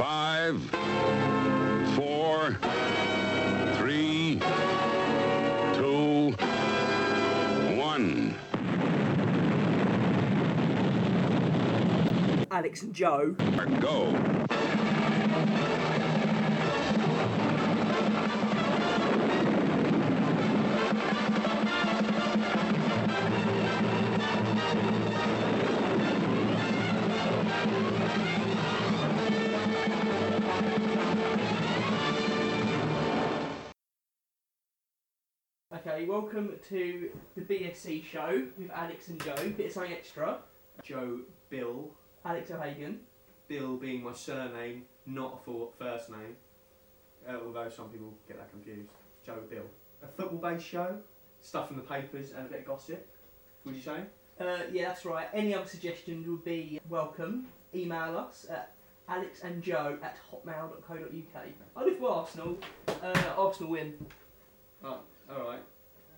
five, four, three, two, one. Alex and Joe. Go. Okay, welcome to the BSC show with Alex and Joe. Bit of something extra. Joe Bill, Alex O'Hagan. Bill being my surname, not a full first name. Uh, although some people get that confused. Joe Bill. A football-based show, stuff in the papers and a bit of gossip. Would you say? Uh, yeah, that's right. Any other suggestions would be welcome. Email us at alexandjoe at hotmail.co.uk. I live for Arsenal. Uh, Arsenal win. Oh, all right.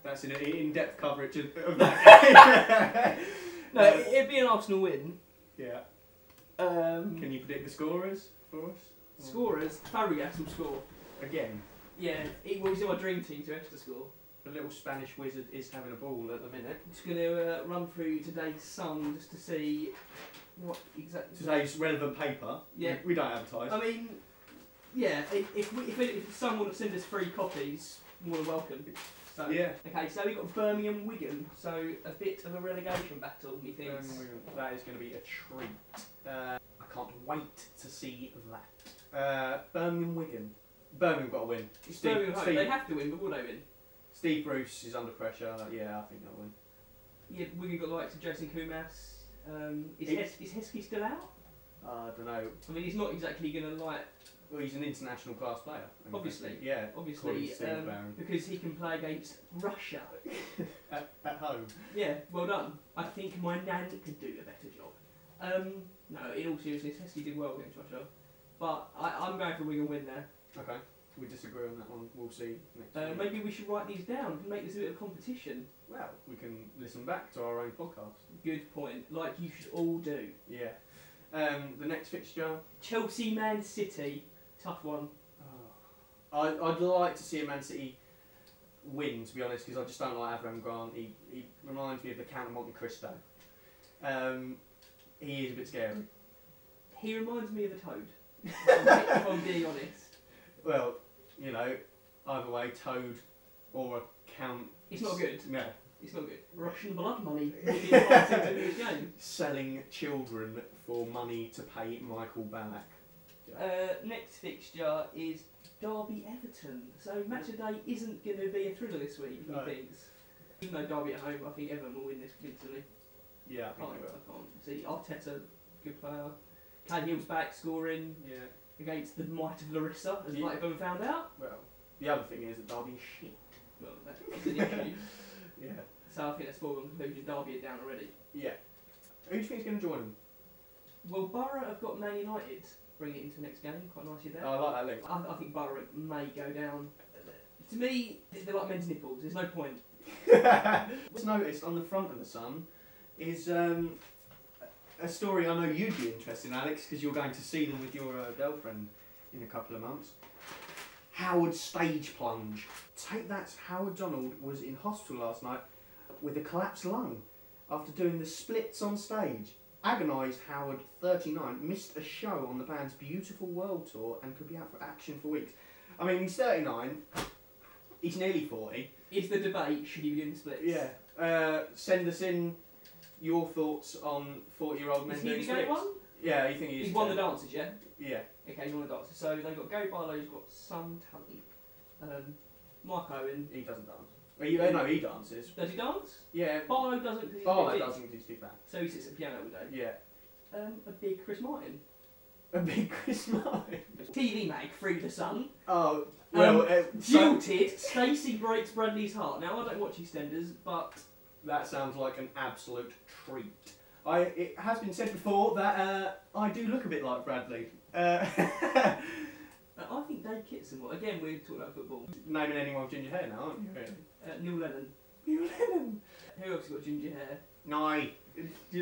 That's an in-depth coverage of, of that game. No, Uh, it, would be an Arsenal win. yeah. Um, Can you predict the scorers for us? Scorers, Fabregas will score. Again, Yeah, he, well, he's in my dream team, so he has to score. the little Spanish wizard is having a ball at the minute. I'm just going to uh, run through today's sum just to see what exactly. Today's relevant paper. Yeah. We, we don't advertise. I mean, yeah, i- if, we, if, if someone would send us three copies, more than welcome. So, yeah. Okay, so we've got Birmingham Wigan, so a bit of a relegation battle, me thinks. That is going to be a treat. Uh, I can't wait to see that. Uh, Birmingham Wigan. Birmingham got to win. It's Steve- Birmingham home. Steve- They have to win, but will they win? Steve Bruce is under pressure. Yeah, I think they'll win. Yeah, Wigan got the likes of Jason Kumas. Um, is, It- Hes- is Heskey still out? Uh, I don't know. I mean, he's not exactly going to like Well, he's an international class player. I mean, Obviously. Yeah. According obviously to Steve um, Barron. because he can play against Russia. At, at home. Yeah, well done. I think my nan could do a better job. Um, no, in all seriousness, Heskey did well against Russia, but I, I'm going for Wigan win there. Okay. We disagree on that one. We'll see next Uh, week. maybe we should write these down and make this a bit of a competition. Well, we can listen back to our own podcast. Good point. Like you should all do. Yeah. Um, the next fixture. Chelsea, Man City, tough one. Oh. I, I'd like to see a Man City win, to be honest, because I just don't like Avram Grant. He, he reminds me of the Count of Monte Cristo. Um, he is a bit scary. He reminds me of a toad. if I'm- if I'm being honest, Well, you know, either way, Toad or a Count. it's not good. No. It's not good. Russian blood money. would be enhancing to this game. Selling children for money to pay Michael back. Uh, next fixture is Derby Everton. So match of day isn't going to be a thriller this week, he No. thinks. Even though Derby at home, I think Everton will win this convincingly. Yeah, I can't, I can't see Arteta, good player. Callaghan's back scoring Yeah. against the might of Larissa, as Yeah. Blackburn found out. Well, the other thing is that Derby is shit. Well, that's an issue. Yeah. so I think that's foregone conclusion. Derby are down already. Yeah. Who do you think's going to join him? Well, Borough have got Man United bringing it into the next game. Quite nicely there. I like that link. I, I think Borough may go down. To me, they're like men's nipples. There's no point. What's noticed on the front of the Sun is um, a story I know you'd be interested in, Alex, because you're going to see them with your uh, girlfriend in a couple of months. Howard stage plunge. Take that. Howard Donald was in hospital last night with a collapsed lung after doing the splits on stage. Agonised Howard, 39, missed a show on the band's Beautiful World tour and could be out for action for weeks. I mean, he's 39. He's nearly 40. Is the debate should he be doing splits? Yeah. Uh, send us in your thoughts on 40 year old men Is he doing the gay splits. one? Yeah, you think he is. He's one gay. of the dancers, yeah? Yeah. Okay, he's one of the dancers. So they've got Gary Barlow, who's got some talent. Um, Mark Owen. He doesn't dance. Well, you, no, he dances. Does he dance? Yeah. Barlow doesn't because he's Barlow too big. doesn't because he's too fat. So he sits at the piano all day. Yeah. Um, a big Chris Martin. A big Chris Martin. TV mag, Free the Sun. Oh, um, well, uh, so- Jilted, Stacey breaks Bradley's heart. Now, I don't watch EastEnders, but that sounds like an absolute treat. I, it has been said before that uh, I do look a bit like Bradley. Uh, uh, I think Dave Kitson will. Again, we're talking about football. naming anyone with ginger hair now, aren't you? Really? Uh, Neil Lennon. You Lennon. Who else has got ginger hair? Nye.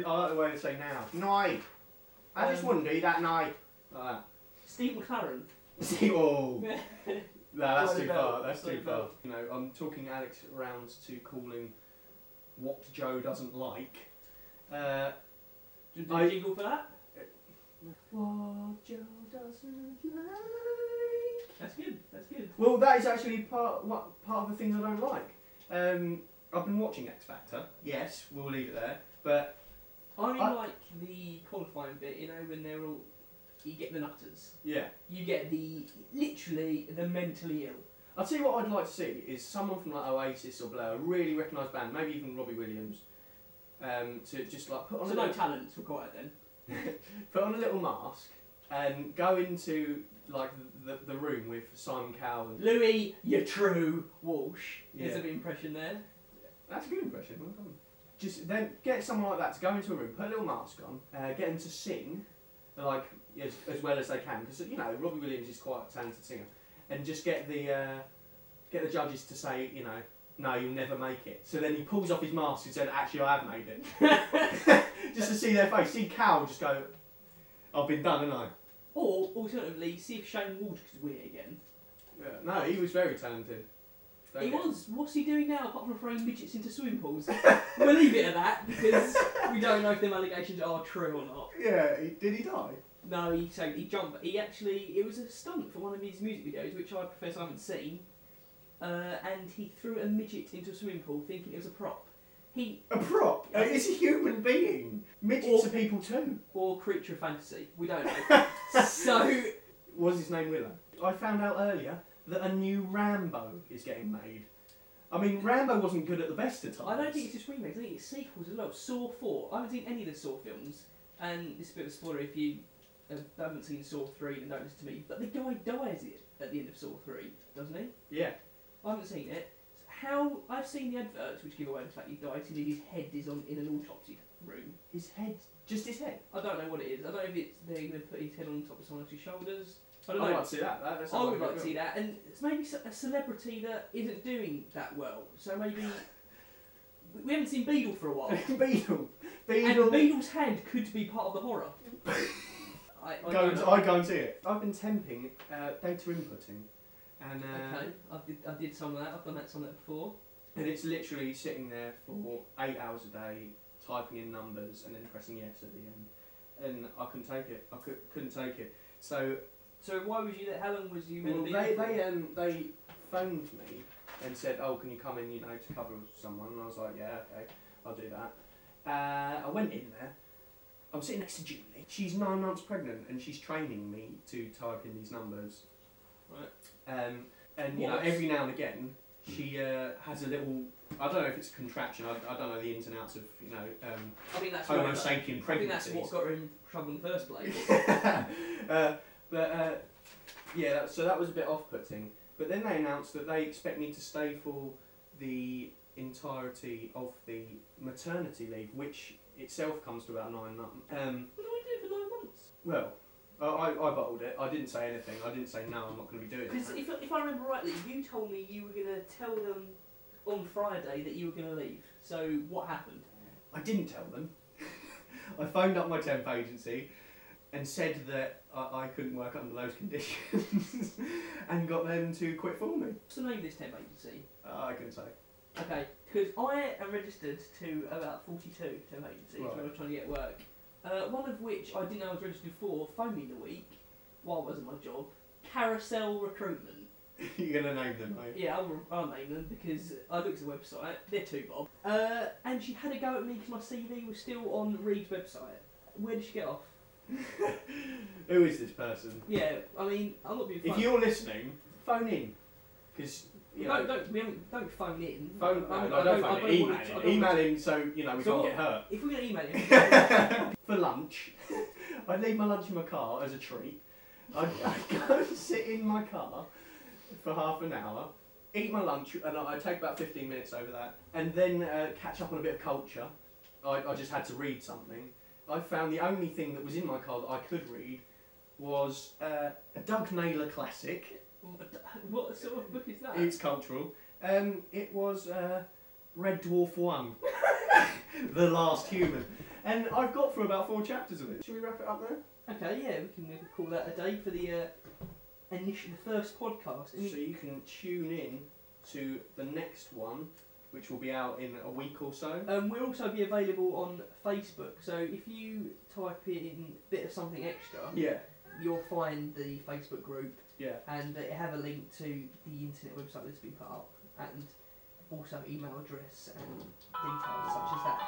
I like the way they say now. Nye. I just Um, wouldn't do that, Nye. Like that. Steve McLaren. See, oh, no, that's Bloody too bell, far. That's bloody too far. bell. You know, I'm talking Alex rounds to calling what Joe doesn't like. Uh, Did I- you jingle for that? what Joe doesn't like. That's good. That's good. Well, that is actually part what, part of the things I don't like. Um, I've been watching X Factor. Yes, we'll leave it there. But I I- like the qualifying bit. You know when they're all, you get the nutters. yeah, You get the literally the mentally ill. I'll tell you what I'd like to see is someone from like Oasis or Blur, a really recognised band, maybe even Robbie Williams, um, to just like put on So a no little, talents required then. put on a little mask and go into like the, the room with Simon Cowell. And... Louis, you're true. Walsh is Yeah. an impression there. That's a good impression. Well done. Just then get someone like that to go into a room, put a little mask on, uh, get them to sing, like as, as well as they can, because you know Robbie Williams is quite a talented singer, and just get the uh, get the judges to say you know. No, you'll never make it. So then he pulls off his mask and said, "Actually, I have made it." just to see their face, see Cal just go, "I've been done, haven't I?" Or alternatively, see if Shane Ward could win it again. Yeah, no, he was very talented. Don't He get- was. What's he doing now apart from throwing midgets into swimming pools? we'll leave it at that because we don't know if them allegations are true or not. Yeah, he, did he die? No, he so he jumped. He actually it was a stunt for one of his music videos, which I profess I haven't seen. Uh, and he threw a midget into a swimming pool, thinking it was a prop. He A prop? Uh, it's a human being. Midgets Or- are people too. or creature of fantasy. We don't know. so Was his name Willow? I found out earlier that a new Rambo is getting made. I mean, Rambo wasn't good at the best of times. I don't think it's just remakes. I think it's sequels as well. Saw four. I haven't seen any of the Saw films, and it's a bit of a spoiler if you uh, haven't seen Saw three and don't listen to me. But the guy dies it at the end of Saw three, doesn't he? Yeah. I haven't seen it. How I've seen the adverts which give away the fact he died, so his head is on in an autopsy room. His head. Just his head. I don't know what it is. I don't know if it's they're going to put his head on top of someone else's shoulders. I I'd don't know. like to see that. that Oh, that's I would like to see that, and it's maybe s- a celebrity that isn't doing that well. So maybe we- we haven't seen Beadle for a while, Beetle. and Beetle. Beadle's hand could be part of the horror. I, I Go don't and, know. I go and see it. I've been temping uh, data inputting, and uh, Okay, I did, I did some of that. I've done that some of that before. and it's literally sitting there for eight hours a day, typing in numbers and then pressing yes at the end. And I couldn't take it. I could, couldn't take it. So So why was you there? How long was you meant well, to be? there they for? they um they phoned me and said, oh, can you come in? You know, to cover someone. And I was like, yeah, okay, I'll do that. Uh, I went in there. I'm sitting next to Julie. She's nine months pregnant and she's training me to type in these numbers. Right. Um, and you know, What? every now and again, she uh, has a little. I don't know if it's a contraction. I, I don't know the ins and outs of you know um, I think that's homo what- sapien I think pregnancies. that's what got her in trouble in the first place. uh, but uh, yeah, that, so that was a bit off-putting. But then they announced that they expect me to stay for the entirety of the maternity leave, which itself comes to about nine months. Um, what do I do for nine months? well, I, I, I bottled it. I didn't say anything. I didn't say no. I'm not going to be doing Because it. if, if I remember rightly, you told me you were going to tell them on Friday that you were going to leave. So what happened? I didn't tell them. I phoned up my temp agency and said that I, I couldn't work under those conditions and got them to quit for me. What's the name of this temp agency? Uh, I couldn't say. Okay, because I am registered to about 42 temp agencies Right. when I was trying to get work. Uh, one of which I didn't know I was registered for phoned me the week while I was at my job. Carousel Recruitment. You're gonna name them, mate. Yeah, I'll, I'll name them because I looked at the website. They're too bob. Uh, and she had a go at me because my CV was still on Reed's website. Where did she get off? Who is this person? Yeah, I mean, I'm not being If funny. you're listening, phone in, because you No, know, don't, we haven't- don't phone in. phone. I- No, I no, don't I phone in. Email wanna- I in. don't Email wanna- in, so you know we So can't get hurt. If we're going to email him, For lunch, I'd leave my lunch in my car as a treat. I'd, I'd go and sit in my car for half an hour, eat my lunch, and I- I'd take about 15 minutes over that, and then uh, catch up on a bit of culture. I, I just had to read something. I found the only thing that was in my car that I could read was uh, a Doug Naylor classic. what sort of book is that? It's cultural. Um, it was uh, Red Dwarf One, the last human, and I've got through about four chapters of it. Should we wrap it up there? Okay, yeah, we can we can call that a day for the uh, initial the first podcast. So you can tune in to the next one, which will be out in a week or so. Um, we'll also be available on Facebook. So if you type in bit of something extra, Yeah, you'll find the Facebook group yeah. and it have a link to the internet website that's been put up and also email address and details such as that.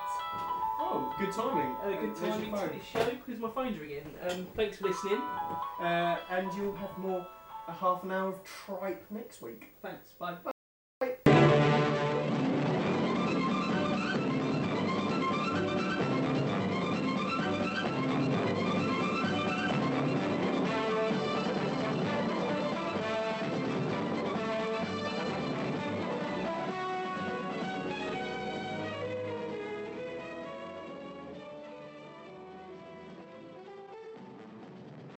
Oh, good timing. Uh, good There's your timing to phone. this show because my phone's ringing. Um, thanks for listening. Uh, and you'll have more a half an hour of tripe next week. Thanks. Bye.